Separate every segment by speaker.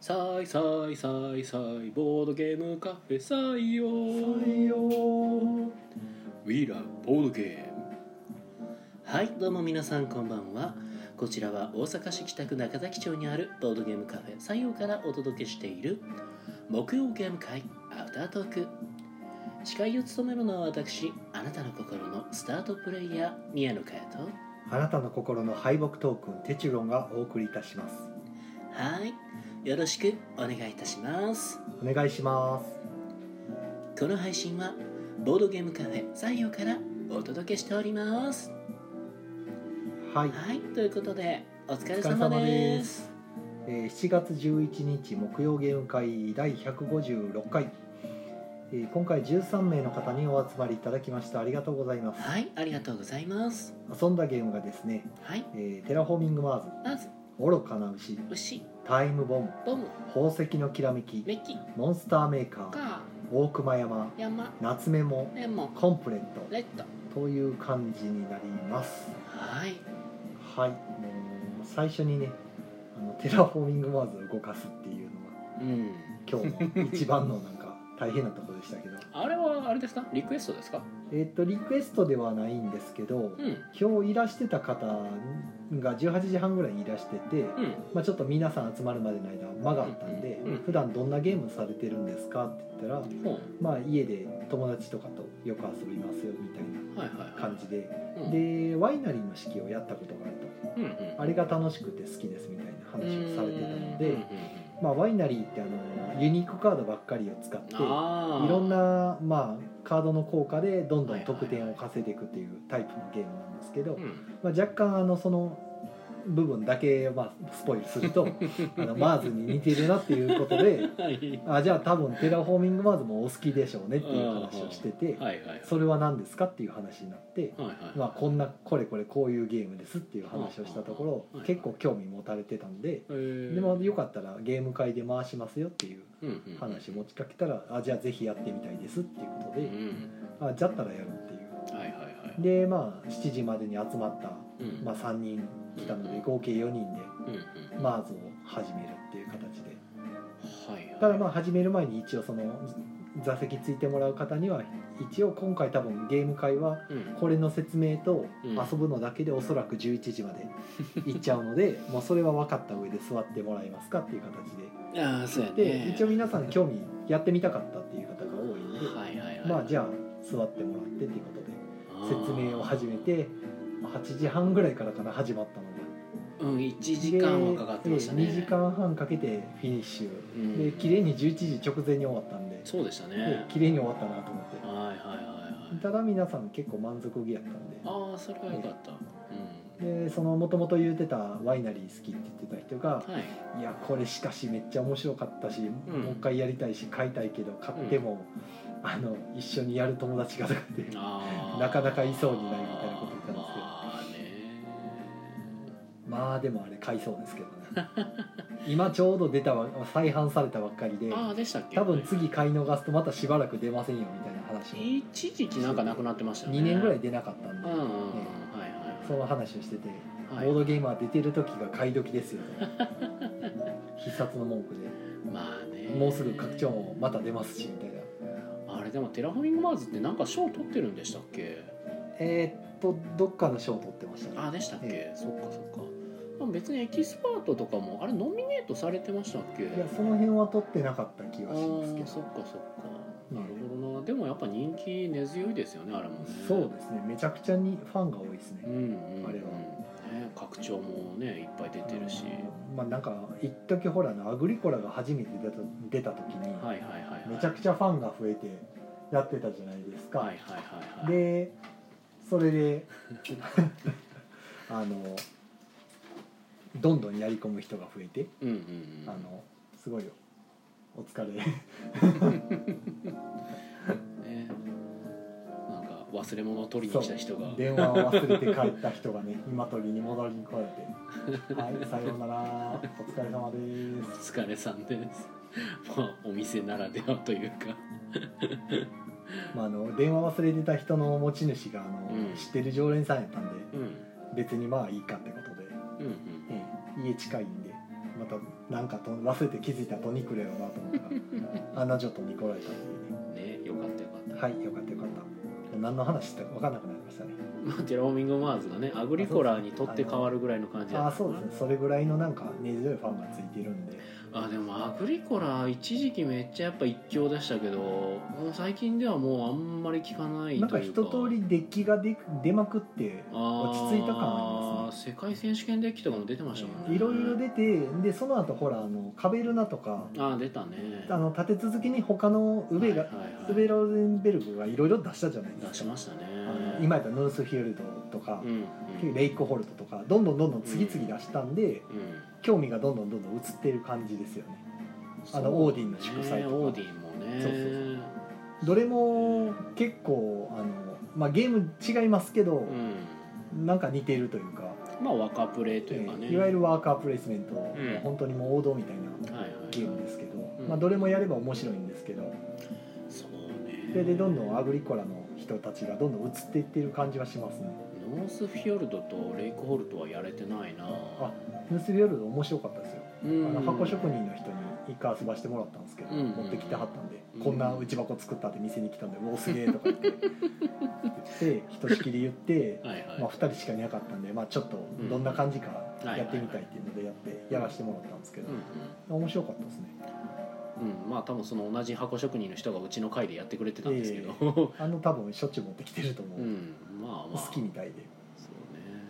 Speaker 1: さいさいさいさいボードゲームカフェ採用
Speaker 2: 採用
Speaker 1: We love ボードゲームはいどうも皆さんこんばんはこちらは大阪市北区中崎町にあるボードゲームカフェ採用からお届けしている木曜ゲーム会アフタートーク司会を務めるのは私あなたの心のスタートプレイヤー宮野佳代と
Speaker 2: あなたの心の敗北トークンテチロンがお送りいたします
Speaker 1: はいよろしくお願いいたします
Speaker 2: お願いします
Speaker 1: この配信はボードゲームカフェ採用からお届けしております
Speaker 2: はい、
Speaker 1: はいということでお疲れ様です
Speaker 2: えー7月11日木曜ゲーム会第156回、えー今回13名の方にお集まりいただきましたありがとうございます
Speaker 1: はいありがとうございます
Speaker 2: 遊んだゲームがですね、
Speaker 1: はい
Speaker 2: えーテラフォーミングマーズ
Speaker 1: まず
Speaker 2: 愚かな牛
Speaker 1: 牛
Speaker 2: タイムボム
Speaker 1: ボム
Speaker 2: 宝石のきらめき
Speaker 1: メッキ
Speaker 2: モンスターメーカー
Speaker 1: カ
Speaker 2: 大熊山
Speaker 1: ー山
Speaker 2: 夏メモ
Speaker 1: レモン
Speaker 2: コンプレット
Speaker 1: レッド
Speaker 2: という感じになります
Speaker 1: はい
Speaker 2: はい、もう最初にねあのテラフォーミングマーズを動かすっていうの は
Speaker 1: うん
Speaker 2: 今日の一番のなんか大変なところでしたけど
Speaker 1: あれはあれですかリクエストですか
Speaker 2: えっとリクエストではないんですけど
Speaker 1: うん
Speaker 2: 今日いらしてた方が18時半ぐらいにいらしてて、
Speaker 1: うん
Speaker 2: まあ、ちょっと皆さん集まるまでの間間があったんで
Speaker 1: うんうん
Speaker 2: 「普段どんなゲームされてるんですか?」って言ったら
Speaker 1: ほ
Speaker 2: 「まあ、家で友達とかとよく遊びますよ」みたいな
Speaker 1: うはいはいはい
Speaker 2: 感じで
Speaker 1: うん
Speaker 2: でワイナリーの式をやったことがあると。
Speaker 1: うんうん
Speaker 2: あれが楽しくて好きですみたいな話をされてたの
Speaker 1: うんうん
Speaker 2: で、まあ、ワイナリーってあのユニークカードばっかりを使ってい
Speaker 1: うんあー
Speaker 2: ろんな、まあ、カードの効果でどんどん得点を稼いでいくっていうタイプのゲームなんですけど
Speaker 1: う、ん
Speaker 2: まあ、若干あのその部分だけ、まあ、スポイルする とあのマーズに似てるなっていうことで
Speaker 1: はい
Speaker 2: あじゃあ多分テラフォーミングマーズもお好きでしょうねっていう話をしてて
Speaker 1: はいはいはい
Speaker 2: それは何ですかっていう話になって。
Speaker 1: はいはい
Speaker 2: まあ、こんなこれこれこういうゲームですっていう話をしたとこ
Speaker 1: うん
Speaker 2: ろ
Speaker 1: うん
Speaker 2: 結構興味持たれてたんで
Speaker 1: えー
Speaker 2: でもよかったらゲーム会で回しますよっていう
Speaker 1: うんうんうん
Speaker 2: 話を持ちかけたらあじゃあぜひやってみたいですっていうこと
Speaker 1: う
Speaker 2: で
Speaker 1: ん
Speaker 2: あじゃったらやるっていう
Speaker 1: はいはいはい
Speaker 2: でまあ7時までに集まった、
Speaker 1: うん
Speaker 2: まあ、3人来たので合計4
Speaker 1: う
Speaker 2: 人で
Speaker 1: んうん
Speaker 2: マーズを始めるっていう形で
Speaker 1: はいはい
Speaker 2: ただまあ始める前に一応その座席ついてもらう方には一応今回多分ゲーム会は
Speaker 1: うん
Speaker 2: これの説明と
Speaker 1: うん
Speaker 2: 遊ぶのだけでおそらく11時まで行っちゃうの でもうそれは分かった上で座ってもらえますかっていう形
Speaker 1: ああそうや
Speaker 2: でで、
Speaker 1: ね
Speaker 2: 一応皆さん興味やってみたかったっていう方が多いんで、
Speaker 1: はいはいはい
Speaker 2: まあじゃあ座ってもらってっていうことで説明を始めて8時半ぐらいからかな始まったのが
Speaker 1: うん1時間はかかってましたね
Speaker 2: 2時間半かけてフィニッシュ、
Speaker 1: うん
Speaker 2: で綺麗に11時直前に終わったんで
Speaker 1: そうでした
Speaker 2: で
Speaker 1: ね
Speaker 2: 綺麗に終わったなと思
Speaker 1: は
Speaker 2: っ
Speaker 1: い
Speaker 2: て
Speaker 1: はいはいはい
Speaker 2: ただ皆さん結構満足げやったんで
Speaker 1: ああそれはよかった
Speaker 2: でそのもともと言ってたワイナリー好きって言ってた人が
Speaker 1: うんはい
Speaker 2: 「いやこれしかしめっちゃ面白かったし、
Speaker 1: ん
Speaker 2: もう一回やりたいし買いたいけど買っても、あの一緒にやる友達が」とかって
Speaker 1: ああ
Speaker 2: なかなかいそうにないみたいなこと言ったんですけど
Speaker 1: まあね
Speaker 2: まあでもあれ買いそうですけどね 今ちょうど出たわ再販されたばっかりで
Speaker 1: ああでしたっけ
Speaker 2: 多分次買い逃すとまたしばらく出ませんよみたいな話を
Speaker 1: 一時期なんかなくなってましたよね
Speaker 2: 2年ぐらい出なかったん
Speaker 1: うんうん
Speaker 2: で、
Speaker 1: うんはい
Speaker 2: ね
Speaker 1: はい
Speaker 2: その話をしてて「
Speaker 1: はい
Speaker 2: ボードゲームは出てる時が買い時ですよ」 必殺の文句で。
Speaker 1: まあね
Speaker 2: もうすぐ拡張もまた出ますしみたいな
Speaker 1: あれでもテラフォーミングマーズってなんか賞取ってるんでしたっけ
Speaker 2: えーっとどっかの賞を取ってましたね
Speaker 1: あでしたっけ、
Speaker 2: え
Speaker 1: そっかそっかまあ別にエキスパートとかもあれノミネートされてましたっけ
Speaker 2: いやその辺は取ってなかった気
Speaker 1: あ
Speaker 2: がしますけ
Speaker 1: ー
Speaker 2: ど
Speaker 1: そっかそっか、
Speaker 2: うん
Speaker 1: なるほどなでもやっぱ人気根強いですよねあれもね
Speaker 2: そうですねめちゃくちゃにファンが多いです
Speaker 1: うん
Speaker 2: ね、
Speaker 1: うん、うん、
Speaker 2: あれは
Speaker 1: ね拡張もねいっぱい出てるし、
Speaker 2: まあなんか一時ほらのアグリコラが初めて出た出た時に、
Speaker 1: はいはいはいはい
Speaker 2: めちゃくちゃファンが増えてやってたじゃないですか、
Speaker 1: はいはいはいはい
Speaker 2: でそれで あのどんどんやり込む人が増えて
Speaker 1: うんうんうん
Speaker 2: あのすごいよお疲れ
Speaker 1: ねなんか忘れ物を取りに来た人が
Speaker 2: そう電話を忘れて帰った人がね今取りに戻りに来ら れて「はいさようならお疲れ様で
Speaker 1: お疲れさんですまあお店ならではというか
Speaker 2: す」まあ、あの電話忘れてた人の持ち主があの、
Speaker 1: うん
Speaker 2: 知ってる常連さんやったんで
Speaker 1: うんうん
Speaker 2: 別にまあいいかってことで、
Speaker 1: うん
Speaker 2: ええ家近いんで、ままたなんかと忘れて気づいたらトニクレやろうなと思った ら案の定トニクられたっていうね
Speaker 1: ねよかったよかった、
Speaker 2: はいよかったよかった何の話って分かんなくなりましたね
Speaker 1: まあ、テラフォーミングマーズがねアグリコラにとって変わるぐらいの感じだ
Speaker 2: あ
Speaker 1: っ
Speaker 2: あ
Speaker 1: た
Speaker 2: そうですねそれぐらいのなんか根強いファンがついてるんで
Speaker 1: あでもアグリコラ一時期めっちゃやっぱ一強でしたけどもう最近ではもうあんまり聞かないというか
Speaker 2: なんか一通りデッキが出出まくって
Speaker 1: 落
Speaker 2: 落ち着いた感あります
Speaker 1: 世界選手権デッキとかも出てましたもんね
Speaker 2: いろいろ出てでその後ほらあのカベルナとか
Speaker 1: ああ出たね
Speaker 2: あの立て続けに他のウベが、
Speaker 1: はいはいはい
Speaker 2: スベロゼンベルグがいろいろ出したじゃないで
Speaker 1: 出
Speaker 2: す
Speaker 1: し
Speaker 2: か、
Speaker 1: ましたね
Speaker 2: あの今やったらヌースフィールドとか
Speaker 1: う、んうん
Speaker 2: レイクホルトとかどんどんどんどん次々出したんで、
Speaker 1: うん
Speaker 2: 興味がどんどんどんどん移ってる感じですよね
Speaker 1: そ
Speaker 2: あの
Speaker 1: うね
Speaker 2: オーディンの祝祭とか
Speaker 1: オーディンもね
Speaker 2: そうどれも結構あの、まあ、ゲーム違いますけど、なんか似てるというか、
Speaker 1: うん、まあ若プレイというかね、
Speaker 2: えーいわゆるワーカープレイスメント、
Speaker 1: ん
Speaker 2: 本当にもう王道みたいな
Speaker 1: はいはい
Speaker 2: ゲームですけど、
Speaker 1: うん
Speaker 2: まあ、どれもやれば面白いんですけど、
Speaker 1: そうね
Speaker 2: それでどんどんアグリコラの人たちがどんどん移っていってる感じはしますね
Speaker 1: ノースフィヨルドとレイクホルトはやれてないな
Speaker 2: あヌスビヨルド面白かったですよ、
Speaker 1: うん
Speaker 2: あの箱職人の人に一回遊ばしてもらったんですけど、
Speaker 1: うん
Speaker 2: 持ってきてはったんで、
Speaker 1: うん
Speaker 2: こんな内箱作ったって店に来たんで「うおすげえ」とか言って言ってひとしきり言って、
Speaker 1: はいはい、
Speaker 2: まあ、2人しかいなかったんで、まあ、ちょっとどんな感じかやってみたいっていうのでやってやらしてもらったんですけど、
Speaker 1: う
Speaker 2: 面白かったですね
Speaker 1: んうん、うん、まあ多分その同じ箱職人の人がうちの会でやってくれてたんですけど、
Speaker 2: あの多分しょっちゅう持ってきてると思 う、
Speaker 1: うんまあまあ
Speaker 2: 好きみたいで
Speaker 1: そうね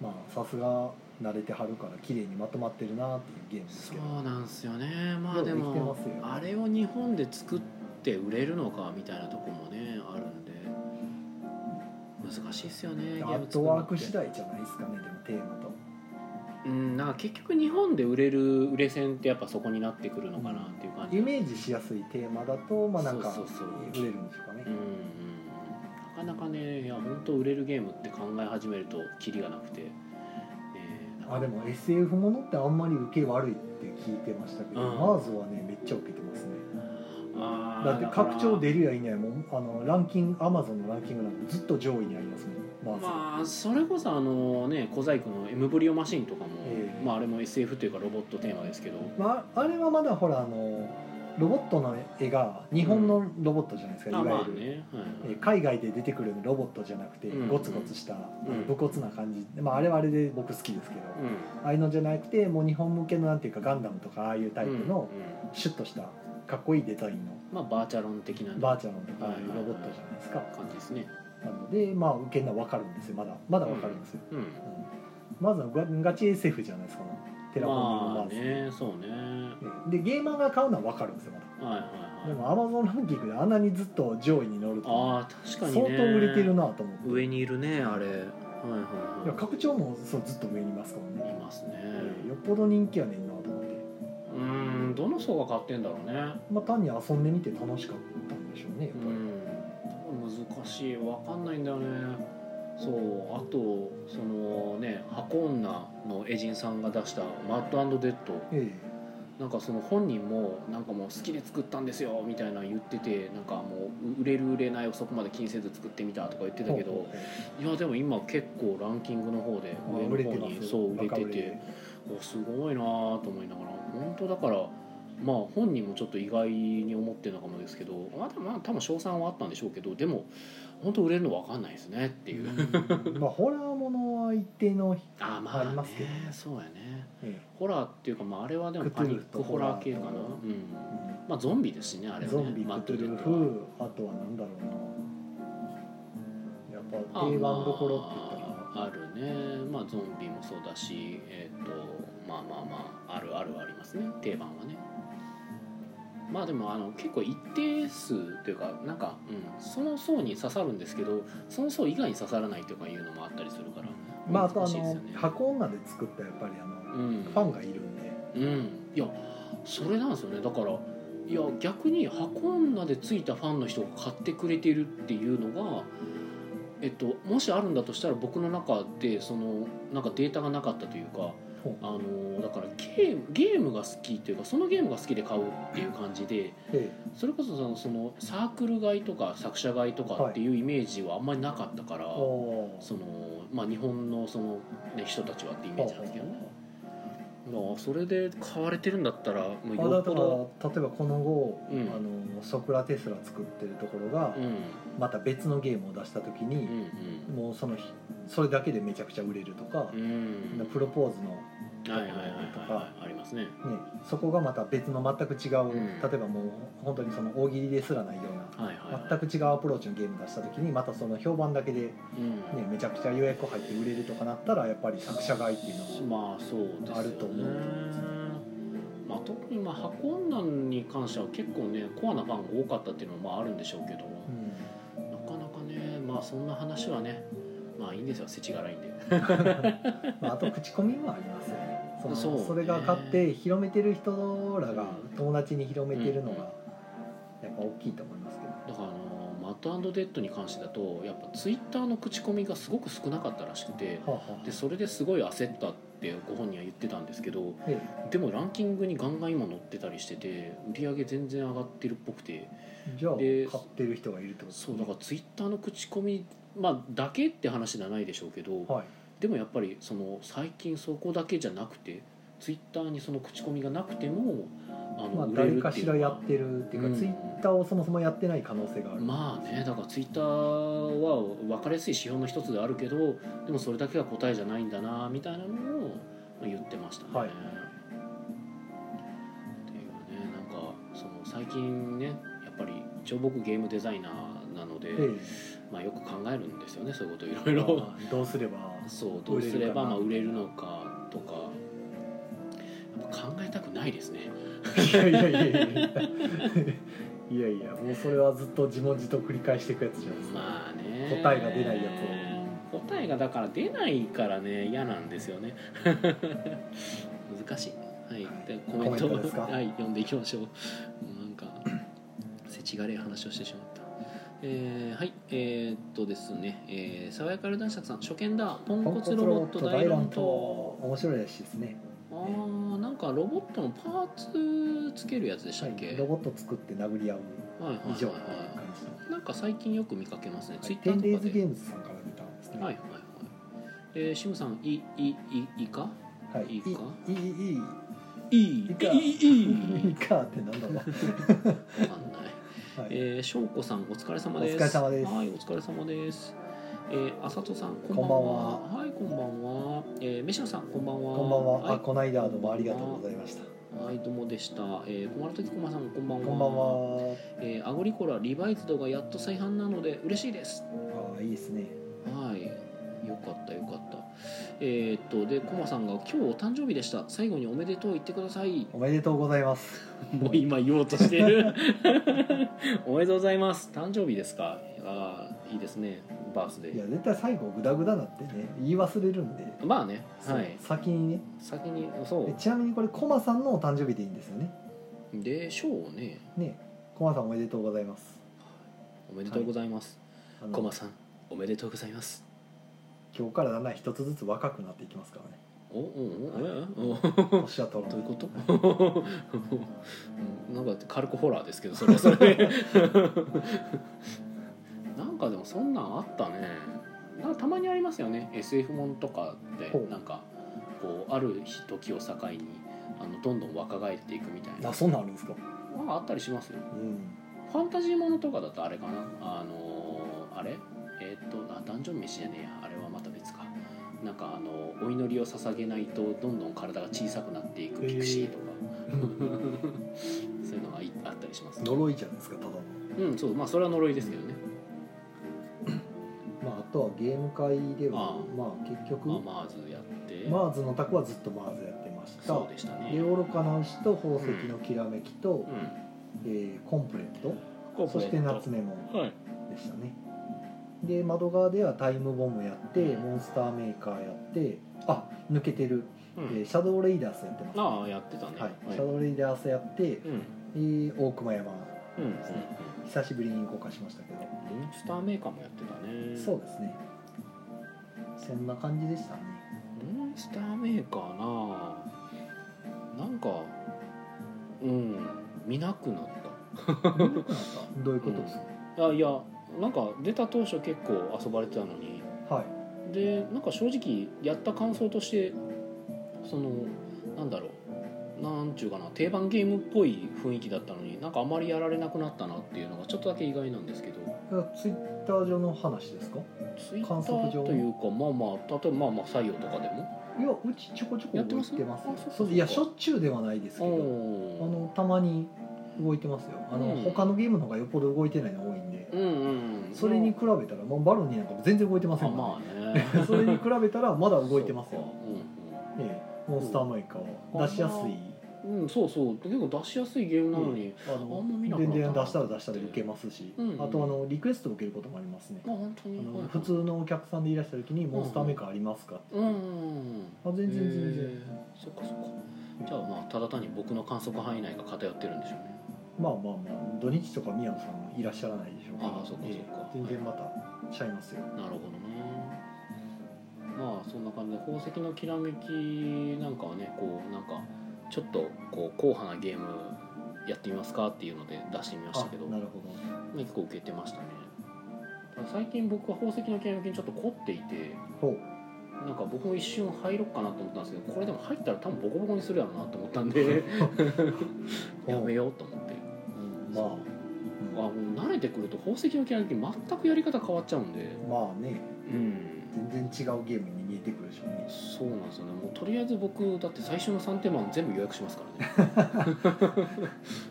Speaker 2: まあさすが慣れてはるから綺麗にまとまってるなっていうゲームです
Speaker 1: そ
Speaker 2: けど
Speaker 1: うなんですよねま
Speaker 2: よ
Speaker 1: あ
Speaker 2: うで
Speaker 1: で
Speaker 2: きて
Speaker 1: も
Speaker 2: ますよ
Speaker 1: あれを日本で作って売れるのかみたいなとこもねあるんで難しいですよねゲ
Speaker 2: ア
Speaker 1: ーム
Speaker 2: ー
Speaker 1: 作る
Speaker 2: ト
Speaker 1: の
Speaker 2: ワー
Speaker 1: って
Speaker 2: ク次第じゃないですかねでもテーマと
Speaker 1: うんなんか結局日本で売れる売れ線ってやっぱそこになってくるのかなっていう感じ
Speaker 2: イメージしやすいテーマだとまあなんか
Speaker 1: そうそうそう
Speaker 2: 売れるんでしょうかね
Speaker 1: うんうんうんなかなかねいや本当売れるゲームって考え始めるとキリがなくて、えーなか
Speaker 2: あでも SF ものってあんまり受け悪いって聞いてましたけど、
Speaker 1: うん
Speaker 2: マーズはねめっちゃ受けてますね
Speaker 1: あー
Speaker 2: だって
Speaker 1: から
Speaker 2: 拡張出るやいないもんあのランキングアマゾンのランキングなんてずっと上位にありますもんマーズ、
Speaker 1: まあそれこそあのね小細工の「エムブリオマシン」とかも、
Speaker 2: ええ
Speaker 1: まあ、あれも SF というかロボットテーマですけど
Speaker 2: まあ、あれはまだほらあのロボットの絵が日本のロボットじゃないですか、
Speaker 1: あ
Speaker 2: いわ
Speaker 1: まあ
Speaker 2: ゆる、
Speaker 1: ね、はい
Speaker 2: えー海外で出てくるロボットじゃなくて、
Speaker 1: うん
Speaker 2: ゴツゴツした、
Speaker 1: ん
Speaker 2: 武骨な感じ、まあ、あれはあれで僕好きですけど、
Speaker 1: うん
Speaker 2: ああいうのじゃなくてもう日本向けのなんていうかガンダムとかああいうタイプ
Speaker 1: うんうん
Speaker 2: のシュッとしたかっこいいデザインの
Speaker 1: まあバーチャロン的な
Speaker 2: バーチャロンとか
Speaker 1: はいは
Speaker 2: ああ
Speaker 1: い
Speaker 2: いう
Speaker 1: はい
Speaker 2: ロボットじゃないですか、
Speaker 1: 感じですね、
Speaker 2: なのでまあ受けるのは分かるんですよまだまだ分かるんですよ、
Speaker 1: うん、
Speaker 2: うんまずはガガチ SF じゃないですか、ね、テラフォーミング
Speaker 1: ま
Speaker 2: マ
Speaker 1: あ
Speaker 2: ーズ、
Speaker 1: ねそうねは
Speaker 2: でゲーマーが買うのは分かるんですよまだ
Speaker 1: いはい
Speaker 2: で
Speaker 1: はい
Speaker 2: もアマゾンランキングであんなにずっと上位に乗ると
Speaker 1: ああ確か
Speaker 2: 相
Speaker 1: に
Speaker 2: 当
Speaker 1: ね
Speaker 2: 売れてるなと思って
Speaker 1: 上にいるねあれはいはい
Speaker 2: いや
Speaker 1: は
Speaker 2: 拡張もそうずっと上にいますから
Speaker 1: い
Speaker 2: ね
Speaker 1: いますね
Speaker 2: よっぽど人気やねんなと思って
Speaker 1: うーんどの層が買ってんだろうね
Speaker 2: まあ単に遊んでみて楽しかったんでしょうねやっ
Speaker 1: う
Speaker 2: ぱり、
Speaker 1: ん難しいわかんないんだよねそうあとそのね箱女のエジンさんが出した「マッドデッド
Speaker 2: え」
Speaker 1: なんかその本人もなんかもう好きで作ったんですよみたいなの言っててなんかもう売れる売れないをそこまで気にせず作ってみたとか言って
Speaker 2: え
Speaker 1: たけどいやでも今結構ランキングの方で
Speaker 2: まあ
Speaker 1: 上
Speaker 2: 売れ
Speaker 1: の
Speaker 2: て
Speaker 1: 方
Speaker 2: ま
Speaker 1: に
Speaker 2: す
Speaker 1: そう売れて
Speaker 2: バカ売
Speaker 1: て
Speaker 2: れ
Speaker 1: おすごいなぁと思いながら本当だからまあ本人もちょっと意外に思ってるのかもですけどまあでもまあ多分賞賛はあったんでしょうけどでも本当売れるの分かんないですねっていう、
Speaker 2: うんまあホラーものは一定の、
Speaker 1: ああまあ,、
Speaker 2: ありますけどね
Speaker 1: そうやね
Speaker 2: え
Speaker 1: ホラーっていうかまああれはでも
Speaker 2: クト
Speaker 1: パ
Speaker 2: ゥ
Speaker 1: ニ
Speaker 2: ル
Speaker 1: ッ
Speaker 2: フ
Speaker 1: ク
Speaker 2: と
Speaker 1: ホラー系かな、う
Speaker 2: ホラー
Speaker 1: ん
Speaker 2: え
Speaker 1: まあゾンビですしねあれはね
Speaker 2: ゾンビ
Speaker 1: マッ
Speaker 2: クト
Speaker 1: ド
Speaker 2: ゥ
Speaker 1: デ
Speaker 2: ル
Speaker 1: ッド
Speaker 2: フあとは何だろうなやっぱ定番どころって言った
Speaker 1: あ
Speaker 2: ら
Speaker 1: あるねまあゾンビもそうだしえっ、とまあまあまああるあるはありますね定番はねまあでもあの結構一定数というかなんか、うん、その層に刺さるんですけどその層以外に刺さらないとかいうのもあったりするから
Speaker 2: まあ、あとあ
Speaker 1: 難しいですよ
Speaker 2: の
Speaker 1: ね
Speaker 2: 箱女で作ったやっぱりあの、
Speaker 1: うん
Speaker 2: ファンがいるんで
Speaker 1: うんいやそれなんですよねだからいや逆に箱女でついたファンの人が買ってくれてるっていうのが、えっと、もしあるんだとしたら僕の中でそのなんかデータがなかったというか
Speaker 2: ほう
Speaker 1: あのだからゲームゲームが好きというかそのゲームが好きで買うっていう感じで
Speaker 2: え
Speaker 1: それこそそのそのサークル買いとか作者買いとかっていうイメージはあんまりなかったから、
Speaker 2: えおー
Speaker 1: そのまあ、日本のその、ね、人たちはってイメージなんですけどね。うまあそれで買われてるんだったらもう
Speaker 2: まあ、
Speaker 1: よ
Speaker 2: だ
Speaker 1: っ
Speaker 2: か
Speaker 1: ぽど
Speaker 2: ら例えばこの後、
Speaker 1: うん
Speaker 2: あのソクラテスラ作ってるところが、
Speaker 1: うん
Speaker 2: また別のゲームを出した時
Speaker 1: う
Speaker 2: に、
Speaker 1: ん
Speaker 2: もうその日それだけでめちゃくちゃ売れるとか
Speaker 1: う、んうん
Speaker 2: プロポーズの、ね、
Speaker 1: はいはいはいはいはいありますね
Speaker 2: そこがまた別の全く違う、
Speaker 1: うん
Speaker 2: 例えばもう本当にその大喜利ですらないよう
Speaker 1: はいはい
Speaker 2: な
Speaker 1: はい
Speaker 2: 全く違うアプローチのゲーム出した時にまたその評判だけで、ね、
Speaker 1: うん
Speaker 2: めちゃくちゃ予約入って売れるとかなったらやっぱり作者買いっていうのも
Speaker 1: まあそうですよね
Speaker 2: あると思う
Speaker 1: まあ、特にまあ箱女に関しては結構ねコアなファンが多かったっていうのもまああるんでしょうけど、なかなかねまあそんな話はねまあいいんですよ世知辛いんで
Speaker 2: まあ、あと口コミもありますよねその
Speaker 1: そう
Speaker 2: そ
Speaker 1: ね
Speaker 2: れが買って広めてる人らが
Speaker 1: うん
Speaker 2: 友達に広めてるの
Speaker 1: うん
Speaker 2: がやっぱ大きいと思いますけど、
Speaker 1: だからあのマットデッドに関してだとやっぱツイッターの口コミがすごく少なかったらしくて
Speaker 2: はあはあ
Speaker 1: でそれですごい焦ったってご本人は言ってたんですけど
Speaker 2: え
Speaker 1: でもランキングにガンガン今載ってたりしてて売り上げ全然上がってるっぽくて
Speaker 2: えじゃあ
Speaker 1: で
Speaker 2: 買ってる人がいるってことです
Speaker 1: そうだからツイッターの口コミまあだけって話じゃないでしょうけど
Speaker 2: はい
Speaker 1: でもやっぱりその最近そこだけじゃなくてツイッターにその口コミがなくてもあ
Speaker 2: ま
Speaker 1: の
Speaker 2: あ、
Speaker 1: 売れ
Speaker 2: 誰
Speaker 1: る
Speaker 2: か
Speaker 1: ってい
Speaker 2: し
Speaker 1: うの
Speaker 2: ら
Speaker 1: は
Speaker 2: やってるっていうか、
Speaker 1: うん
Speaker 2: ツイッターをそもそもやってない可能性がある、
Speaker 1: まあねだからツイッターは分かりやすい指標の一つであるけどでもそれだけが答えじゃないんだなみたいなのをまあ言ってましたね。
Speaker 2: はい
Speaker 1: っていうねなんかその最近ねやっぱり一応僕ゲームデザイナーなので、
Speaker 2: え
Speaker 1: まあ、よく考えるんですよねそういうこといろい
Speaker 2: え
Speaker 1: ろ。
Speaker 2: まあどうすれば
Speaker 1: そうどうすればまあ売れるのかとかやっぱ考えたくないですね。
Speaker 2: いやいやいやいやいやいやもうそれはずっと自問自答繰り返していくやつじゃないですか、
Speaker 1: まあね
Speaker 2: 答えが出ないや
Speaker 1: つを答えがだから出ないからね嫌なんですよね 難しいはいでコメントを
Speaker 2: コメントですか
Speaker 1: はい読んでいきましょうもうなんかせちがれい話をしてしまったえーはいえーっとですね、えー、爽やかる男爵さん初見だポン
Speaker 2: ポ
Speaker 1: コ
Speaker 2: ンコ
Speaker 1: ツ
Speaker 2: ツ
Speaker 1: ロ
Speaker 2: ロ
Speaker 1: ボ
Speaker 2: ボ
Speaker 1: ッ
Speaker 2: ッ
Speaker 1: ト
Speaker 2: ト
Speaker 1: 大
Speaker 2: 大
Speaker 1: 乱
Speaker 2: 乱
Speaker 1: 闘
Speaker 2: 闘面白いらしいですね、
Speaker 1: あーなんかロボットのパーツつけるやつでしたっけ、は
Speaker 2: は、
Speaker 1: いい、
Speaker 2: ロボット作って殴り合う
Speaker 1: はいはい
Speaker 2: 以上という
Speaker 1: は
Speaker 2: 感じの
Speaker 1: いなんか最近よく見かけますね、ツイッタ
Speaker 2: テンデイ
Speaker 1: ーと
Speaker 2: ズ
Speaker 1: か
Speaker 2: ゲ
Speaker 1: で
Speaker 2: ームズさんから見たんですね
Speaker 1: はいはいはい。えー、シムさん、い、い、い、いか。
Speaker 2: はい
Speaker 1: いいか
Speaker 2: いいいいいい
Speaker 1: いい
Speaker 2: いか
Speaker 1: いい、いい
Speaker 2: いいかってなんだろう、
Speaker 1: わかんない。
Speaker 2: はい、
Speaker 1: えー、しょうこさん、お疲れ様です。
Speaker 2: お疲れ様です
Speaker 1: はい、お疲れ様です。えー、あさとさん、こんばんは。
Speaker 2: こ
Speaker 1: はい、こんばんは。えー、めしのさん、こんばんは。
Speaker 2: こんばんは、あ
Speaker 1: は
Speaker 2: こないだどうもありがとうございました
Speaker 1: い、はい、どうもでした。えー、こまるときこまさん、こんばんは。
Speaker 2: こんばん。は
Speaker 1: えー、アゴリコラリバイズドがやっと再販なので、嬉しいです。
Speaker 2: あーいいですね
Speaker 1: はい。よかったよかった。えー、っとでコマさんが今日お誕生日でした。最後におめでとう言ってください。
Speaker 2: おめでとうございます
Speaker 1: もう今言おうとしてる おめでとうございます誕生日ですかああいいですねバースデ
Speaker 2: いや
Speaker 1: ー
Speaker 2: 絶対最後グダグダなってね言い忘れるんで、
Speaker 1: まあねは
Speaker 2: そう
Speaker 1: い
Speaker 2: 先にね
Speaker 1: 先にそ
Speaker 2: えちなみにこれコマさんのお誕生日でいいんですよね
Speaker 1: うでしょうね
Speaker 2: ねコマさんおめでとうございます
Speaker 1: おめでとうございます、
Speaker 2: あの
Speaker 1: コマさんおめでとうございます
Speaker 2: 今日からだんだん一つずつ若くなっていきますからね
Speaker 1: おおおおお
Speaker 2: 年は取ら
Speaker 1: ど
Speaker 2: な
Speaker 1: うい
Speaker 2: い
Speaker 1: こ
Speaker 2: う
Speaker 1: と うんなんか軽くホラーですけどそれはそれで なんかでもそんなんあったねなんかたまにありますよね SF ものとかって
Speaker 2: ほう
Speaker 1: なんかこうある時を境にあのどんどん若返っていくみたいな
Speaker 2: あそんなんあるんですか
Speaker 1: まああったりしますよ
Speaker 2: うん
Speaker 1: ファンタジーものとかだとあれかなあのーあれえーっとあダンジョン飯じゃねえやあれはまた別かなんかあのお祈りを捧げないとどんどん体が小さくなっていくピクシー とか、そういうのがいあったりします、
Speaker 2: 呪いじゃないですかただの、
Speaker 1: うんそうまあそれは呪いですけどね
Speaker 2: まあ、あとはゲーム会では
Speaker 1: ああ
Speaker 2: まあ結局、
Speaker 1: まあマーズやって、
Speaker 2: マーズの卓はずっとマーズやってました
Speaker 1: そうでしたね
Speaker 2: で愚かな牛と宝石のきらめきと、
Speaker 1: うん
Speaker 2: えーコンプレット
Speaker 1: コーポ
Speaker 2: そ
Speaker 1: レ
Speaker 2: し
Speaker 1: ート
Speaker 2: て夏メモ
Speaker 1: はい
Speaker 2: でしたねで窓側ではタイムボムやってモンスターメーカーやってあ抜けてる、
Speaker 1: う
Speaker 2: え
Speaker 1: ん
Speaker 2: ーシャドウレイダースやってます
Speaker 1: ああやってたね
Speaker 2: はい、シャドウレイダースやって
Speaker 1: う、んうん
Speaker 2: えー大熊山
Speaker 1: うんうん
Speaker 2: 久しぶりに動かしましたけど、
Speaker 1: モンスターメーカーもやってたね
Speaker 2: そうですねそんな感じでした ね
Speaker 1: モンスターメーカーなあなんかうん見なくなっ
Speaker 2: 見なくなったどういうことですか、
Speaker 1: たあいやなんか出た当初結構遊ばれてたのに
Speaker 2: はい
Speaker 1: でなんか正直やった感想としてそのなんだろうなんちゅうかな定番ゲームっぽい雰囲気だったのになんかあまりやられなくなったなっていうのがちょっとだけ意外なんですけど
Speaker 2: ツイッター上の話ですか
Speaker 1: ツイッタ
Speaker 2: 観測上
Speaker 1: ーというかまあまあ例えばまあまあ採用とかでも
Speaker 2: いやうちちょこちょこ
Speaker 1: やって
Speaker 2: 動い
Speaker 1: ます
Speaker 2: てます
Speaker 1: あそうか
Speaker 2: そういやしょっちゅうではないですけどあ
Speaker 1: おー
Speaker 2: のたまに動いてますよあの、
Speaker 1: うん
Speaker 2: 他のゲームの方がよっぽど動いてないの多いんで
Speaker 1: うんうん
Speaker 2: それに比べたらもうバロニーなんか全然動いてませ
Speaker 1: まあ
Speaker 2: んも
Speaker 1: ま
Speaker 2: んね
Speaker 1: あね
Speaker 2: それに比べたらまだ動いてますよ、
Speaker 1: う
Speaker 2: ええ、モンスターメーカーは出しやすい、
Speaker 1: んうん、うん、そうそう結構出しやすいゲームなのに、
Speaker 2: あ
Speaker 1: あんま見な
Speaker 2: の
Speaker 1: くなった
Speaker 2: 全
Speaker 1: な
Speaker 2: 然出したら出したで受けますし、
Speaker 1: うんうん
Speaker 2: あとあのリクエストを受けることもありますね、
Speaker 1: まあ本当に
Speaker 2: あ
Speaker 1: はい
Speaker 2: の普通のお客さんでいらっしゃる時に「モンスターメーカーありますか?」
Speaker 1: うんうん
Speaker 2: あ
Speaker 1: うん
Speaker 2: 全然全
Speaker 1: へ
Speaker 2: 然
Speaker 1: ーそっかそっかじゃあまあただ単に僕の観測範囲内が偏ってるんでしょうね
Speaker 2: まあまあまあ土日とか宮野さんいらっしゃらないでしょうから
Speaker 1: ああそうかそうか
Speaker 2: ええ全然またちゃいますよ
Speaker 1: なるほどねまあそんな感じで宝石のきらめきなんかはねこうなんかちょっとこう硬派なゲームやってみますかっていうので出してみましたけど
Speaker 2: あなるほど
Speaker 1: 結構受けてましたねただ最近僕は宝石のきらめきにちょっと凝っていて
Speaker 2: ほう
Speaker 1: なんか僕も一瞬入ろっかなと思ったんですけどこれでも入ったら多分ボコボコにするやろうなと思ったん でやめようと思って、
Speaker 2: まあ
Speaker 1: そうあもう慣れてくると宝石のきらめき全くやり方変わっちゃうんで
Speaker 2: まあね
Speaker 1: うん
Speaker 2: 全然違うゲームに見えてくるでしょうね
Speaker 1: そうなんですよねもうとりあえず僕だって最初の3テーマ全部予約しますからね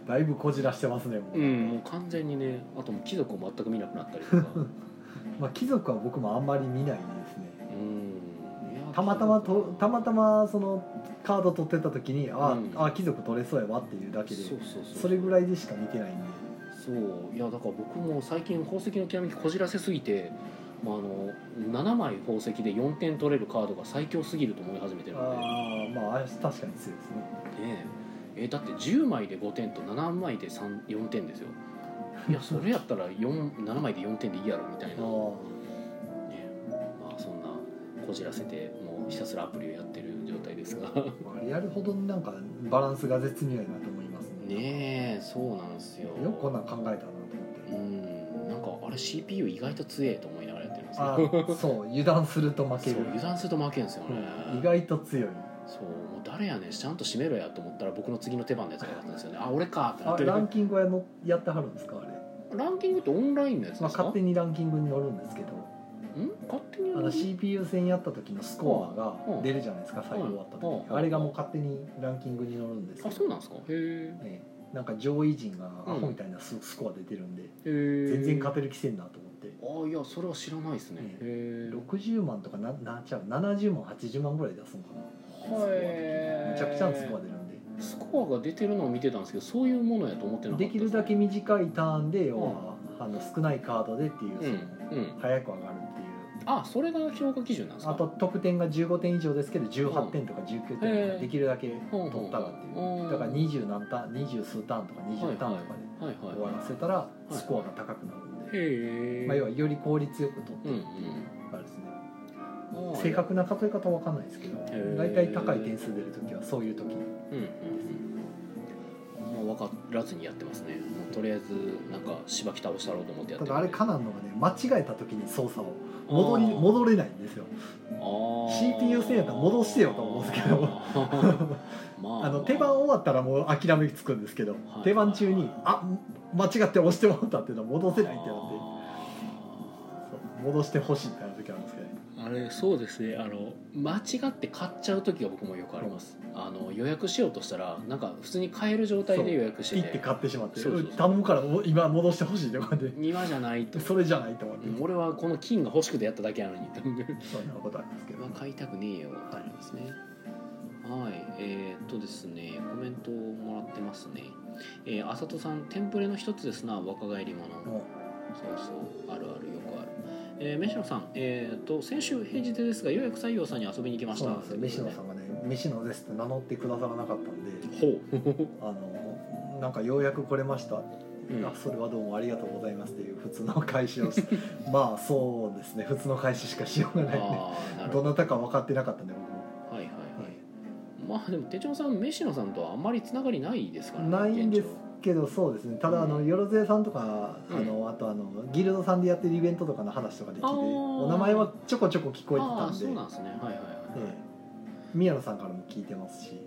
Speaker 2: だいぶこじらしてますねもう、
Speaker 1: うんもう完全にねあともう貴族を全く見なくなったりとか
Speaker 2: まあ貴族は僕もあんまり見ないですね
Speaker 1: うんいや
Speaker 2: たまたまとたまたまそのカード取ってた時にああ、
Speaker 1: うん
Speaker 2: あ貴族取れそうやわっていうだけで
Speaker 1: そうそうそう
Speaker 2: それぐら
Speaker 1: い
Speaker 2: いでしか見てないんで
Speaker 1: そういやだから僕も最近宝石のきらめきこじらせすぎて、まあ、あの7枚宝石で4点取れるカードが最強すぎると思い始めてる
Speaker 2: あ
Speaker 1: んで
Speaker 2: あまああれ確かに強いですね
Speaker 1: ねええだって10枚で5点と7枚で3 4点ですよいやそれやったら4 7枚で4点でいいやろみたいな、
Speaker 2: ああ
Speaker 1: ねまあ、そんなこじらせてもうひたすらアプリをやってる状態ですが
Speaker 2: あれやるほどなんかバランスが絶妙やなと思います
Speaker 1: ねえそうなんですよ
Speaker 2: よくこんなん考えたなと思
Speaker 1: う
Speaker 2: って
Speaker 1: んなんかあれ CPU 意外と強えと思いながらやってるんです
Speaker 2: あ
Speaker 1: よ
Speaker 2: あそう油断すると負け
Speaker 1: そう
Speaker 2: る
Speaker 1: 油断すると負けんですよね、
Speaker 2: うん意外と強い
Speaker 1: そうもう誰やねんちゃんと締めろやと思ったら僕の次の手番のやつが上がったんですよねあ俺かってな
Speaker 2: あ
Speaker 1: ってる
Speaker 2: ランキングはのやってはるんですかあれ、
Speaker 1: ランキングってオンラインのやつ
Speaker 2: ま
Speaker 1: で
Speaker 2: あ、
Speaker 1: すか、
Speaker 2: 勝手にランキングに乗るんですけど
Speaker 1: ん勝手に
Speaker 2: あの CPU 戦やった時のスコアが出るじゃないですか最後終わった
Speaker 1: うん
Speaker 2: 時
Speaker 1: うん
Speaker 2: あれがもう勝手にランキングに乗るんですけ
Speaker 1: あ
Speaker 2: ど
Speaker 1: そうなんですかへえ
Speaker 2: ええなんか上位陣がアホみたいなススコア出てるんで全
Speaker 1: 全
Speaker 2: 然勝てる気せんなと思って
Speaker 1: あいやそれは知らないですね
Speaker 2: ね
Speaker 1: へえ
Speaker 2: 60万とかななちゃう70万80万ぐらい出すのかな
Speaker 1: は
Speaker 2: むちゃくちゃなスコア出るんで
Speaker 1: スコアが出てるのを見てたんですけどそういうものやと思ってなかった
Speaker 2: できるだけ
Speaker 1: うん
Speaker 2: 短いターンで要はあの少ないカードでっていう
Speaker 1: う
Speaker 2: その
Speaker 1: ん
Speaker 2: 早く上がるっていう
Speaker 1: あそれが評価基準なんですか
Speaker 2: あと得点が15点以上ですけど18点とか19点と
Speaker 1: へえ
Speaker 2: かできるだけ取ったらっていう
Speaker 1: うんうん
Speaker 2: だから20何ターン20数ターンとか20ターンとかで
Speaker 1: はいはい
Speaker 2: 終わらせたらスコアが高くなるんで、
Speaker 1: へえ
Speaker 2: まあ、要はより効率よく取って
Speaker 1: うんう
Speaker 2: る
Speaker 1: ん
Speaker 2: あれですね
Speaker 1: ああ
Speaker 2: 正確な数え方わかんないですけど
Speaker 1: え
Speaker 2: 大体高い点数出る時はそういう時
Speaker 1: うんうんうんまあ分からずにやってますねもうとりあえずなんかしばき倒したろうと思ってやったてる
Speaker 2: だあれカナンのがね間違えた時に操作を戻り
Speaker 1: あー
Speaker 2: 戻れないんですよ
Speaker 1: あ
Speaker 2: CPU 制 やったら戻してよと思うんですけど
Speaker 1: まあ
Speaker 2: あの手番終わったらもう諦めつくんですけど
Speaker 1: はい
Speaker 2: 手番中にあ間違って押してもらったっていうのは戻せないってなってそう戻してほしいってなる時あるんですけどね
Speaker 1: あれそうですねあの間違って買っちゃう時が僕もよくありますあの予約しようとしたらなんか普通に買える状態で予約し
Speaker 2: ピ
Speaker 1: て
Speaker 2: ッて
Speaker 1: て
Speaker 2: 買ってしまって
Speaker 1: そうそうそう
Speaker 2: うん頼むからもう今戻してほしいってこうやって
Speaker 1: 庭じゃないと
Speaker 2: それじゃないと思って
Speaker 1: うん俺はこの金が欲しくてやっただけなのに
Speaker 2: そんなことありますけど
Speaker 1: まあ買いたくねえよってなりますねはいえーっとですねコメントをもらってますねえーあさとさんテンプレの一つですな若返り物
Speaker 2: も
Speaker 1: そうそうあるあるよくある。えー、飯野さん、えー、と先週平日ですがようやく採用さんに遊びに行き
Speaker 2: う
Speaker 1: まし
Speaker 2: そう
Speaker 1: た
Speaker 2: なんですよ飯野さんがね「飯野です」って名乗ってくださらなかったんで
Speaker 1: ほう、
Speaker 2: あのなんかようやく来れました、
Speaker 1: うん
Speaker 2: あそれはどうもありがとうございますっていう普通の開 始をしまあそうですね普通の開始しかしようがないね
Speaker 1: ああなる
Speaker 2: ど
Speaker 1: ほど
Speaker 2: なたか分かってなかったんで僕
Speaker 1: は
Speaker 2: も、
Speaker 1: いはいはい、
Speaker 2: は
Speaker 1: まあでも手帳さん飯野さんとはあんまりつながりないですからね
Speaker 2: ないんです
Speaker 1: 現
Speaker 2: けどそうですねただあの
Speaker 1: うん
Speaker 2: よろずやさんとか、あ
Speaker 1: う
Speaker 2: のあとあのギルドさんでやってるイベントとかの話とかで聞いて
Speaker 1: あー
Speaker 2: お名前はちょこちょこ聞こ
Speaker 1: 状
Speaker 2: えて
Speaker 1: あ
Speaker 2: た
Speaker 1: あ
Speaker 2: んで
Speaker 1: そうなんですねはいはいはい、
Speaker 2: ええ宮野さんからも聞いてますし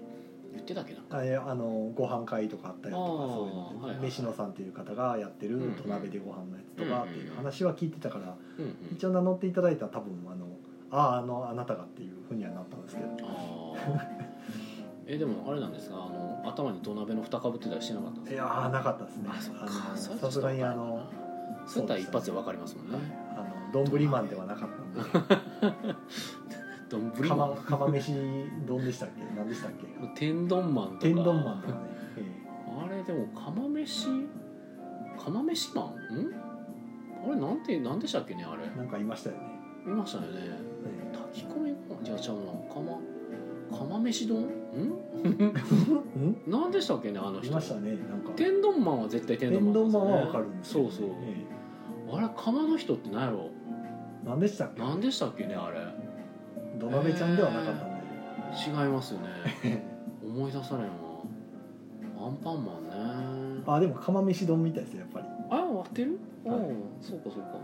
Speaker 1: 言ってたっけな
Speaker 2: あれあのご飯会とかあったよと
Speaker 1: あ
Speaker 2: か
Speaker 1: ー
Speaker 2: そういうので、
Speaker 1: はいはい
Speaker 2: 飯野さんっていう方がやってる
Speaker 1: うんうん
Speaker 2: 土鍋でご飯のやつとかっていう話は聞いてたから、
Speaker 1: うんうん
Speaker 2: 一応名乗っていただいたら多分あのあああのあなたがっていうふうにはなったんですけど
Speaker 1: ああ えでもあれなんですがあの頭に土鍋の蓋かぶってたりしてなかったんです
Speaker 2: い
Speaker 1: か
Speaker 2: やーなかったですね
Speaker 1: あそっか
Speaker 2: の
Speaker 1: それ
Speaker 2: さすがにあの
Speaker 1: そうやったら一発でわかりますもんね
Speaker 2: あの丼ぶりマンではな かったん
Speaker 1: どんぶ
Speaker 2: で
Speaker 1: り
Speaker 2: 釜
Speaker 1: も
Speaker 2: 釜飯丼でしたっけ何でし たっけ
Speaker 1: 天丼マンとか
Speaker 2: 天丼マンとかね、え
Speaker 1: あれでも釜飯釜飯パンんあれなんてなんでしたっけねあれ
Speaker 2: えなんかいましたよね、
Speaker 1: 見ましたよね
Speaker 2: え
Speaker 1: 炊き込みご飯じゃあちゃうな釜釜飯丼ん
Speaker 2: えうん
Speaker 1: なんでしたっけねあの
Speaker 2: い
Speaker 1: 人
Speaker 2: ましたねなんか
Speaker 1: 天丼マンは絶対天
Speaker 2: 天
Speaker 1: 丼
Speaker 2: 丼マ
Speaker 1: マン
Speaker 2: ン
Speaker 1: なんですよね
Speaker 2: はわかるんですけど
Speaker 1: そうそう、
Speaker 2: え
Speaker 1: あれ釜の人って何やろ
Speaker 2: え何でしたっけ
Speaker 1: 何でしたっけねあれ
Speaker 2: 土鍋ちゃんではなかったんで、
Speaker 1: 違いますよね思い出されんわアンパンマンね
Speaker 2: あでも釜飯丼みたいですよやっぱり
Speaker 1: あ終わってる、
Speaker 2: はい
Speaker 1: うんそうかそうか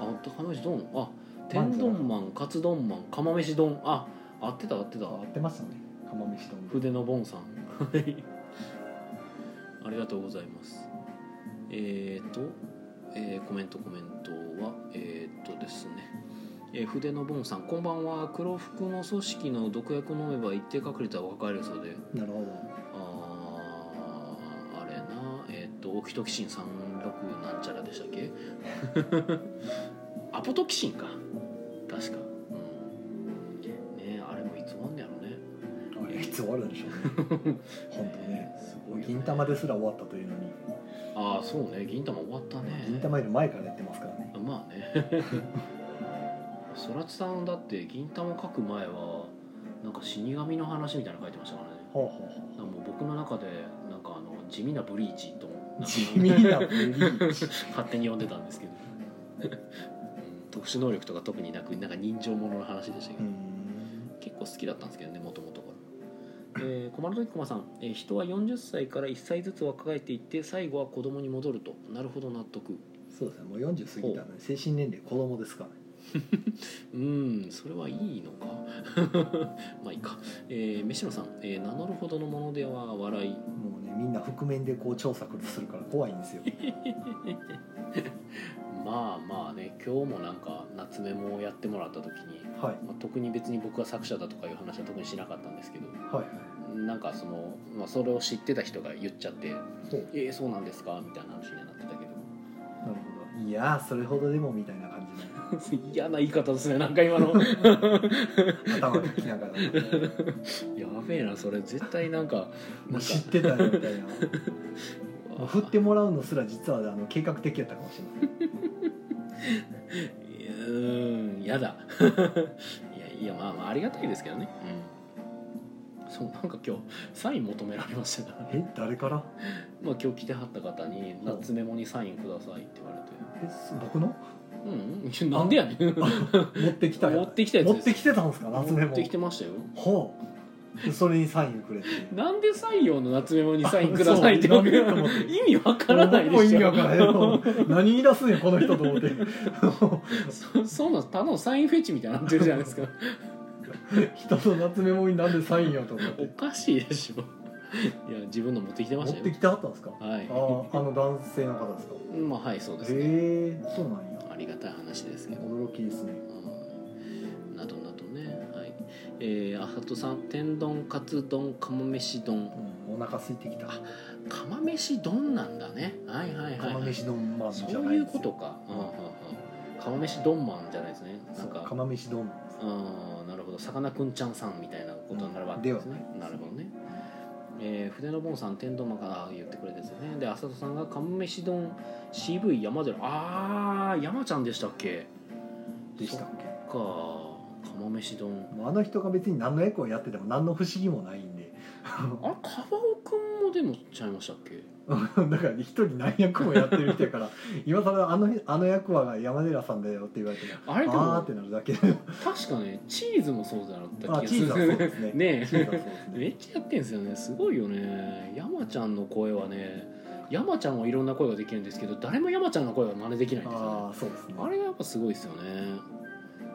Speaker 1: あと釜飯丼あ天丼マンカツ丼マン釜飯丼あ合ってた合ってた
Speaker 2: 合ってましたね釜飯丼
Speaker 1: 筆のボンさんはいありがとうございますえっ、と、えーコメントコメントはえっ、とですね、えー筆のボンさんこんばんは黒服の組織の毒薬を飲めば一定確率は若返るそうで
Speaker 2: なるほど
Speaker 1: あーあれなえっ、とオキトキシン36なんちゃらでしたっけ アポトキシンか確かうんねえあれもいつ終わんねやろね
Speaker 2: あれいつ終わるん でしょうね本当ね
Speaker 1: すごいよね
Speaker 2: 銀玉ですら終わったというのに
Speaker 1: ああそうね銀玉終わったね
Speaker 2: 銀玉より前からやってますからね
Speaker 1: まあ ねそらちさんだって銀玉書く前はなんか死神の話みたいなの書いてましたからね
Speaker 2: ほうほう
Speaker 1: だ
Speaker 2: ほ
Speaker 1: からもう僕の中でなんかあの地味なブリーチとなん
Speaker 2: う
Speaker 1: か
Speaker 2: 地味なブリー チ
Speaker 1: 勝手に呼んでたん ですけどうん特殊能力とか特になくなんか人情ものの話でしたけ
Speaker 2: う
Speaker 1: ど、
Speaker 2: ん
Speaker 1: 結構好きだったんですけどねもともとから、えー、小丸時駒さん、えー人は40歳から1歳ずつ若返っていって最後は子供に戻るとなるほど納得
Speaker 2: そうですねもう40過ぎたので精神年齢子供ですからね
Speaker 1: うんそれはいいのか まあいいか、えー、飯野さん、えー名乗るほどのものでは笑い
Speaker 2: もうねみんな覆面でこう調査するから怖いん ですよ
Speaker 1: まあまあね今日もなんか夏メモをやってもらった時に、
Speaker 2: はい
Speaker 1: まあ、特に別に僕が作者だとかいう話は特にしなかったんですけど
Speaker 2: はい
Speaker 1: なんかその、まあ、それを知ってた人が言っちゃって
Speaker 2: ほう
Speaker 1: 「えー、そうなんですか?」みたいな話にはなってたけど
Speaker 2: なるほどいやーそれほどでもみたいな感
Speaker 1: 嫌な言い方ですねなんか今の
Speaker 2: じで頭できながら
Speaker 1: やべえなそれ絶対なんか
Speaker 2: も
Speaker 1: なん
Speaker 2: う
Speaker 1: か
Speaker 2: 知ってたよみたいな もう振ってもらうのすら実はあの計画的やったかもしれない
Speaker 1: うーんやだ いやいやまあまあありがたいですけどねうんそうなんか今日サイン求められましたからね
Speaker 2: え誰から
Speaker 1: まあ今日来てはった方に「夏メモにサインください」って言われて
Speaker 2: えす僕の
Speaker 1: 「うんうんなんでやねん」
Speaker 2: 持ってきた
Speaker 1: 持
Speaker 2: や
Speaker 1: ってきたやつ
Speaker 2: 持って
Speaker 1: き
Speaker 2: きてたんですか夏メ
Speaker 1: 持
Speaker 2: モ
Speaker 1: ってきてましたよ
Speaker 2: ほうでそれにサインくれて
Speaker 1: なんで採用の夏メモにサインくださいって
Speaker 2: あそう
Speaker 1: 僕
Speaker 2: なんでと思って
Speaker 1: 意味わからないで
Speaker 2: もう意
Speaker 1: し
Speaker 2: 味
Speaker 1: ょ
Speaker 2: わからへんもう何言い出すんやこの人と思って
Speaker 1: そそんなんただのサインフェチみたいになってるじゃないですか
Speaker 2: 人の夏メモになんでサインやと思って
Speaker 1: おかしいでしょいや自分の持ってきて
Speaker 2: 持
Speaker 1: ま
Speaker 2: っ
Speaker 1: した
Speaker 2: て
Speaker 1: よ
Speaker 2: きてはったんですかあ
Speaker 1: はい
Speaker 2: ああの男性の方ですか
Speaker 1: まあはいそうです
Speaker 2: へ
Speaker 1: ね
Speaker 2: えそうなんや
Speaker 1: ありがたい話ですけど
Speaker 2: 驚きですね
Speaker 1: うんなどなどねはいえー、あさとさん天丼カツ丼釜飯丼
Speaker 2: うんお腹空いてきた
Speaker 1: 釜飯丼なんだねはいはいはい、
Speaker 2: 釜
Speaker 1: はい、
Speaker 2: 飯丼マンじ
Speaker 1: そ
Speaker 2: ゃな
Speaker 1: うい
Speaker 2: いうです
Speaker 1: こと
Speaker 2: よ
Speaker 1: か、うんうんうん、釜飯丼マンじゃないですねな
Speaker 2: そ
Speaker 1: ん
Speaker 2: う
Speaker 1: か
Speaker 2: 釜飯丼
Speaker 1: うんなるほどさかなクンちゃんさんみたいなことになるわけですね、なるほどね、えー、筆のボンさん天丼マンから言ってくれてですねであさとさんが釜飯丼 CV 山寺あー山ちゃんでしたっけ
Speaker 2: でしたっけ
Speaker 1: そっか釜飯丼
Speaker 2: もうあの人が別に何の役をやってても何の不思議もないんで
Speaker 1: あれカバオくんもでもちゃいましたっけ
Speaker 2: だから一人何役もやってる人 やから今更あのあの役は山寺さんだよって言われても
Speaker 1: あれで
Speaker 2: あー
Speaker 1: も
Speaker 2: ってなる だけ
Speaker 1: 確かねチーズもそうだった気
Speaker 2: あ
Speaker 1: が
Speaker 2: チ
Speaker 1: す
Speaker 2: ーズはそう
Speaker 1: る
Speaker 2: ですね
Speaker 1: ね
Speaker 2: チー
Speaker 1: え
Speaker 2: ズはそうです
Speaker 1: め
Speaker 2: ね
Speaker 1: っちゃやってんですよねすごいよね山ちゃんの声はね山ちゃんはいろんな声ができるんですけど誰も山ちゃんの声は真似できないんですよね
Speaker 2: ああそうですね
Speaker 1: あれがやっぱすごいですよね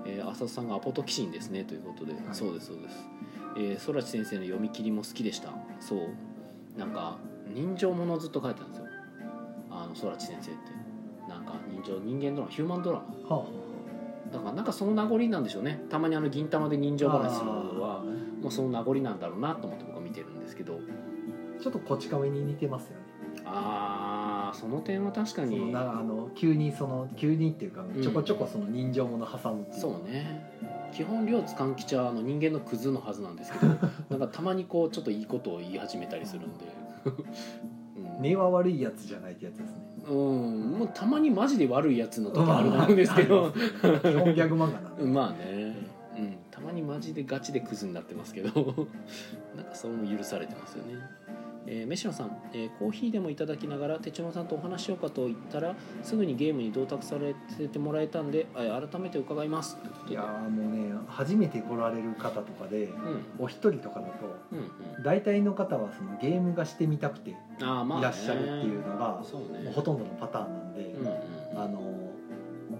Speaker 1: ええー浅田さんがアポトキシンですねということで、
Speaker 2: い
Speaker 1: そうですそうです、えー、空知先生の読み切りも好きでしたそうなんか人情ものをずっと書いてたんですよあの空知先生ってなんか人情人間ドラマヒューマンドラマ
Speaker 2: は
Speaker 1: だからなんかその名残なんでしょうねたまにあの銀玉で人情話するのはもうその名残なんだろうなと思って僕は見てるんですけど
Speaker 2: ちょっとこち亀に似てますよね
Speaker 1: あーその点は確か
Speaker 2: その
Speaker 1: に
Speaker 2: なあの急にその急にっていうか
Speaker 1: ん
Speaker 2: ちょこちょこその人情もの挟むっていう
Speaker 1: そうね基本両津勘吉はあの人間のクズのはずなん ですけどなんかたまにこうちょっといいことを言い始めたりするんで、うん
Speaker 2: 根は悪いやつじゃないってやつですね
Speaker 1: うんもうたまにマジで悪いやつの時あるなんですけ ど、
Speaker 2: 基本ギャグ漫画なんで、
Speaker 1: うんまあね、うん、たまにマジでガチでクズになってますけど なんかそうも許されてますよね。えー、メシノさん、えーコーヒーでもいただきながら手帳さんとお話ししようかと言ったらすぐにゲームに同卓されてもらえたんでえー改めて伺いますということで
Speaker 2: いやーもうね初めて来られる方とかで
Speaker 1: うん
Speaker 2: お一人とかだと
Speaker 1: うん
Speaker 2: 大体の方はそのゲームがしてみたくて
Speaker 1: うん、あーまあ、ね、
Speaker 2: いらっしゃるっていうのが
Speaker 1: そうね
Speaker 2: もうほとんどのパターンなんで、
Speaker 1: うんうん
Speaker 2: あの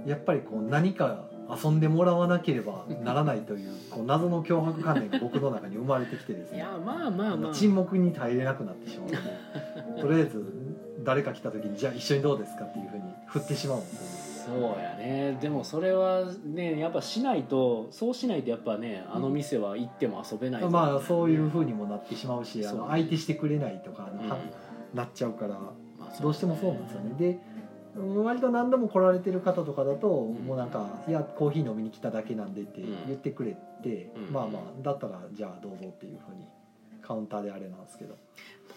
Speaker 2: やっぱりこう何か遊んでもらわなければならないというこう謎の脅迫観念が僕の中に生まれてきてです
Speaker 1: い
Speaker 2: ね
Speaker 1: やまあまあまあ
Speaker 2: 沈黙に耐えれなくなってしまうのでとりあえず誰か来た時にじゃあ一緒にどうですかっていうふうに振ってしまうんですよ
Speaker 1: そうやねでもそれはねやっぱしないとそうしないとやっぱねあの店は行っても遊べないぞ
Speaker 2: まあそういうふうにもなってしまうしあ
Speaker 1: そう
Speaker 2: の相手してくれないとかあ
Speaker 1: う
Speaker 2: の、
Speaker 1: ん
Speaker 2: はなっちゃうから
Speaker 1: まあ
Speaker 2: どうしてもそうなんですよねで割と何度も来られてる方とかだと、
Speaker 1: ん
Speaker 2: もうなんか「いやコーヒー飲みに来ただけなんで」って
Speaker 1: うん
Speaker 2: 言ってくれて、
Speaker 1: うん
Speaker 2: まあまあだったらじゃあどうぞっていうふうにカウンターであれなんですけど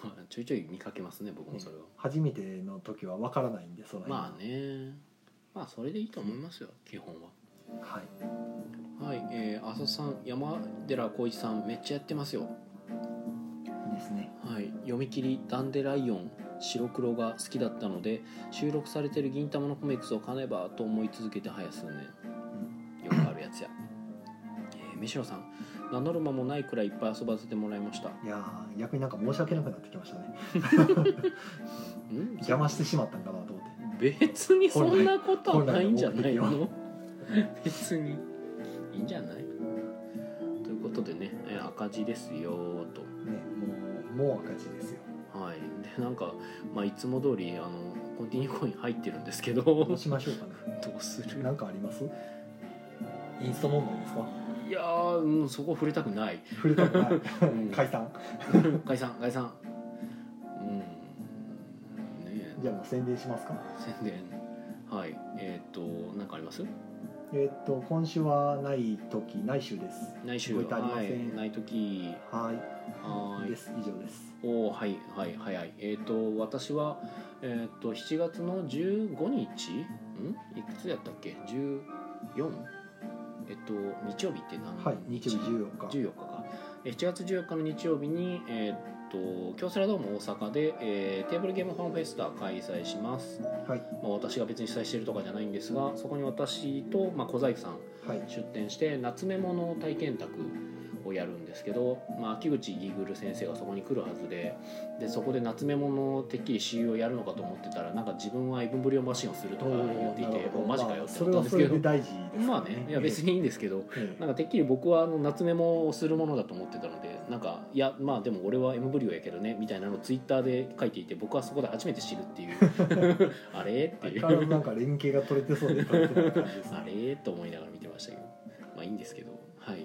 Speaker 1: まあちょいちょい見かけますね僕もそれは、
Speaker 2: 初めての時は分からないんでその辺
Speaker 1: まあねまあそれでいいと思いますよ基本は
Speaker 2: はい
Speaker 1: はいえー、浅田さん山寺浩一さんめっちゃやってますよ
Speaker 2: いいですね
Speaker 1: はい、読み切り「ダンデライオン」白黒が好きだったので収録されてる銀玉のコミックスを買えばと思い続けて早数年、よくあるやつや、えー、飯野さん名乗る間もないくらいいっぱい遊ばせてもらいましたん
Speaker 2: いやー逆になんか申し訳なくなってきましたね
Speaker 1: じゃ
Speaker 2: 邪魔してしまったんかなと思って
Speaker 1: 別にそんなことは
Speaker 2: 本来
Speaker 1: ないんじゃない
Speaker 2: 本来
Speaker 1: の 別にいいんじゃないということでね、えー赤字ですよと
Speaker 2: ねもうもう赤字ですよ
Speaker 1: はいでなんか、まあ、いつも通りあのコンティニューコイン入ってるんですけど
Speaker 2: どう
Speaker 1: ど
Speaker 2: しましょうかね
Speaker 1: うする
Speaker 2: なんかありますインスト問題 ですか
Speaker 1: いやー、うん、そこ触れたくない。
Speaker 2: 触れたくない
Speaker 1: ん
Speaker 2: 解散
Speaker 1: 解散、解散。うん。ねえ
Speaker 2: じゃあもう宣伝しますか
Speaker 1: 宣伝。はい、えっ、と、なんかあります。
Speaker 2: えーっと今週はない時ない週です。
Speaker 1: 内週。
Speaker 2: ご意見ありま
Speaker 1: は
Speaker 2: せん
Speaker 1: い、ない時。
Speaker 2: はい、
Speaker 1: は
Speaker 2: で
Speaker 1: い。
Speaker 2: す以上です。
Speaker 1: おーはい、はい、早い。えっ、と、私は。えっ、と、7月の15日。ん、いくつやったっけ、14。えっ、と、日曜日って何。
Speaker 2: はい日曜日十四日。
Speaker 1: 14日かえー7月14日の日曜日に、えーっと京セラドーム大阪で、えーテーブルゲームファンフェスタ開催します、
Speaker 2: はい
Speaker 1: まあ、私が別に主催してるとかじゃないんですがそこに私と、まあ、小細工さん
Speaker 2: はい
Speaker 1: 出展して夏メモの体験宅をやるんですけど、まあ、秋口ギーグル先生がそこに来るはずででそこで夏メモのてっきり CU をやるのかと思ってたらなんか自分はイブンブリオマシンをするとか言っていてもうマジかよって
Speaker 2: それ
Speaker 1: 思ったんです
Speaker 2: はそ
Speaker 1: け
Speaker 2: れで
Speaker 1: ど
Speaker 2: 大事です、
Speaker 1: まあねいや別にいいんですけど
Speaker 2: え
Speaker 1: なんかてっきり僕はあの夏メモをするものだと思ってたのでなんかいやまあでも俺は M ブリオやけどねみたいなのをツイッターで書いていて僕はそこで初めて知るっていう あれって
Speaker 2: え
Speaker 1: い
Speaker 2: 相変わら
Speaker 1: う
Speaker 2: ずなんか連携が取れてそうで取れてない感じです、
Speaker 1: あ
Speaker 2: ね。
Speaker 1: れと思いながら見てましたけどまあいいんですけどはい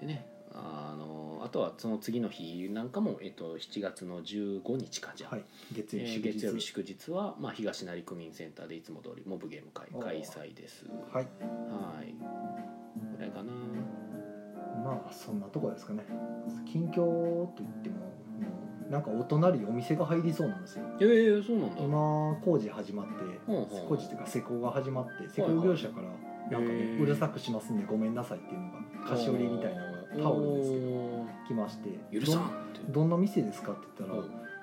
Speaker 1: でねあのあとはその次の日なんかも、えっと、7月の15日 かじゃあ、
Speaker 2: はい月
Speaker 1: え
Speaker 2: 曜日
Speaker 1: ー
Speaker 2: 祝日。
Speaker 1: 月曜日祝日は、まあ、東成区民センターでいつも通りモブゲーム会開催です
Speaker 2: はい
Speaker 1: はいこれかな
Speaker 2: まあそんなとこですかね。近況と言ってももうなんかお隣お店が入りそうなんですよ。
Speaker 1: えー、そうなんだ
Speaker 2: 今工事始まって
Speaker 1: うんうん
Speaker 2: 工事というか施工が始まって施工業者からなんか
Speaker 1: へ
Speaker 2: ね
Speaker 1: ー
Speaker 2: うるさくしますんでごめんなさいっていうのが菓子折りみたいなのがタオルですけど来まして
Speaker 1: 許さんって
Speaker 2: どんどんな店ですかって言ったら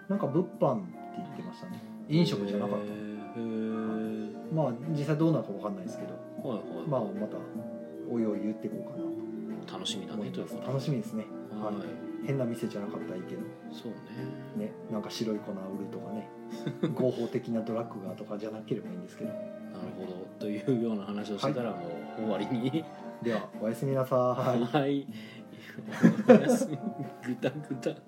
Speaker 2: なんか物販って言ってましたね飲食じゃなかっ
Speaker 1: へ
Speaker 2: た
Speaker 1: ーへ
Speaker 2: まあ実際どうなるかわかんないですけど
Speaker 1: ーはいはい、
Speaker 2: まあまたおいおい言っていこうかなと
Speaker 1: 楽しみだ
Speaker 2: 思
Speaker 1: ね
Speaker 2: い
Speaker 1: という
Speaker 2: ま
Speaker 1: こ
Speaker 2: す
Speaker 1: と
Speaker 2: 楽しみですね
Speaker 1: は
Speaker 2: はい
Speaker 1: い
Speaker 2: 変な店じゃなかったらいいけど
Speaker 1: そうね
Speaker 2: ねなんか白い粉売るとかね合法的なドラッグがとかじゃなければいいんですけど
Speaker 1: なるほどというような話をしてたらもう終わりに
Speaker 2: ではおやすみなさい
Speaker 1: はい。おやすみぐたぐた。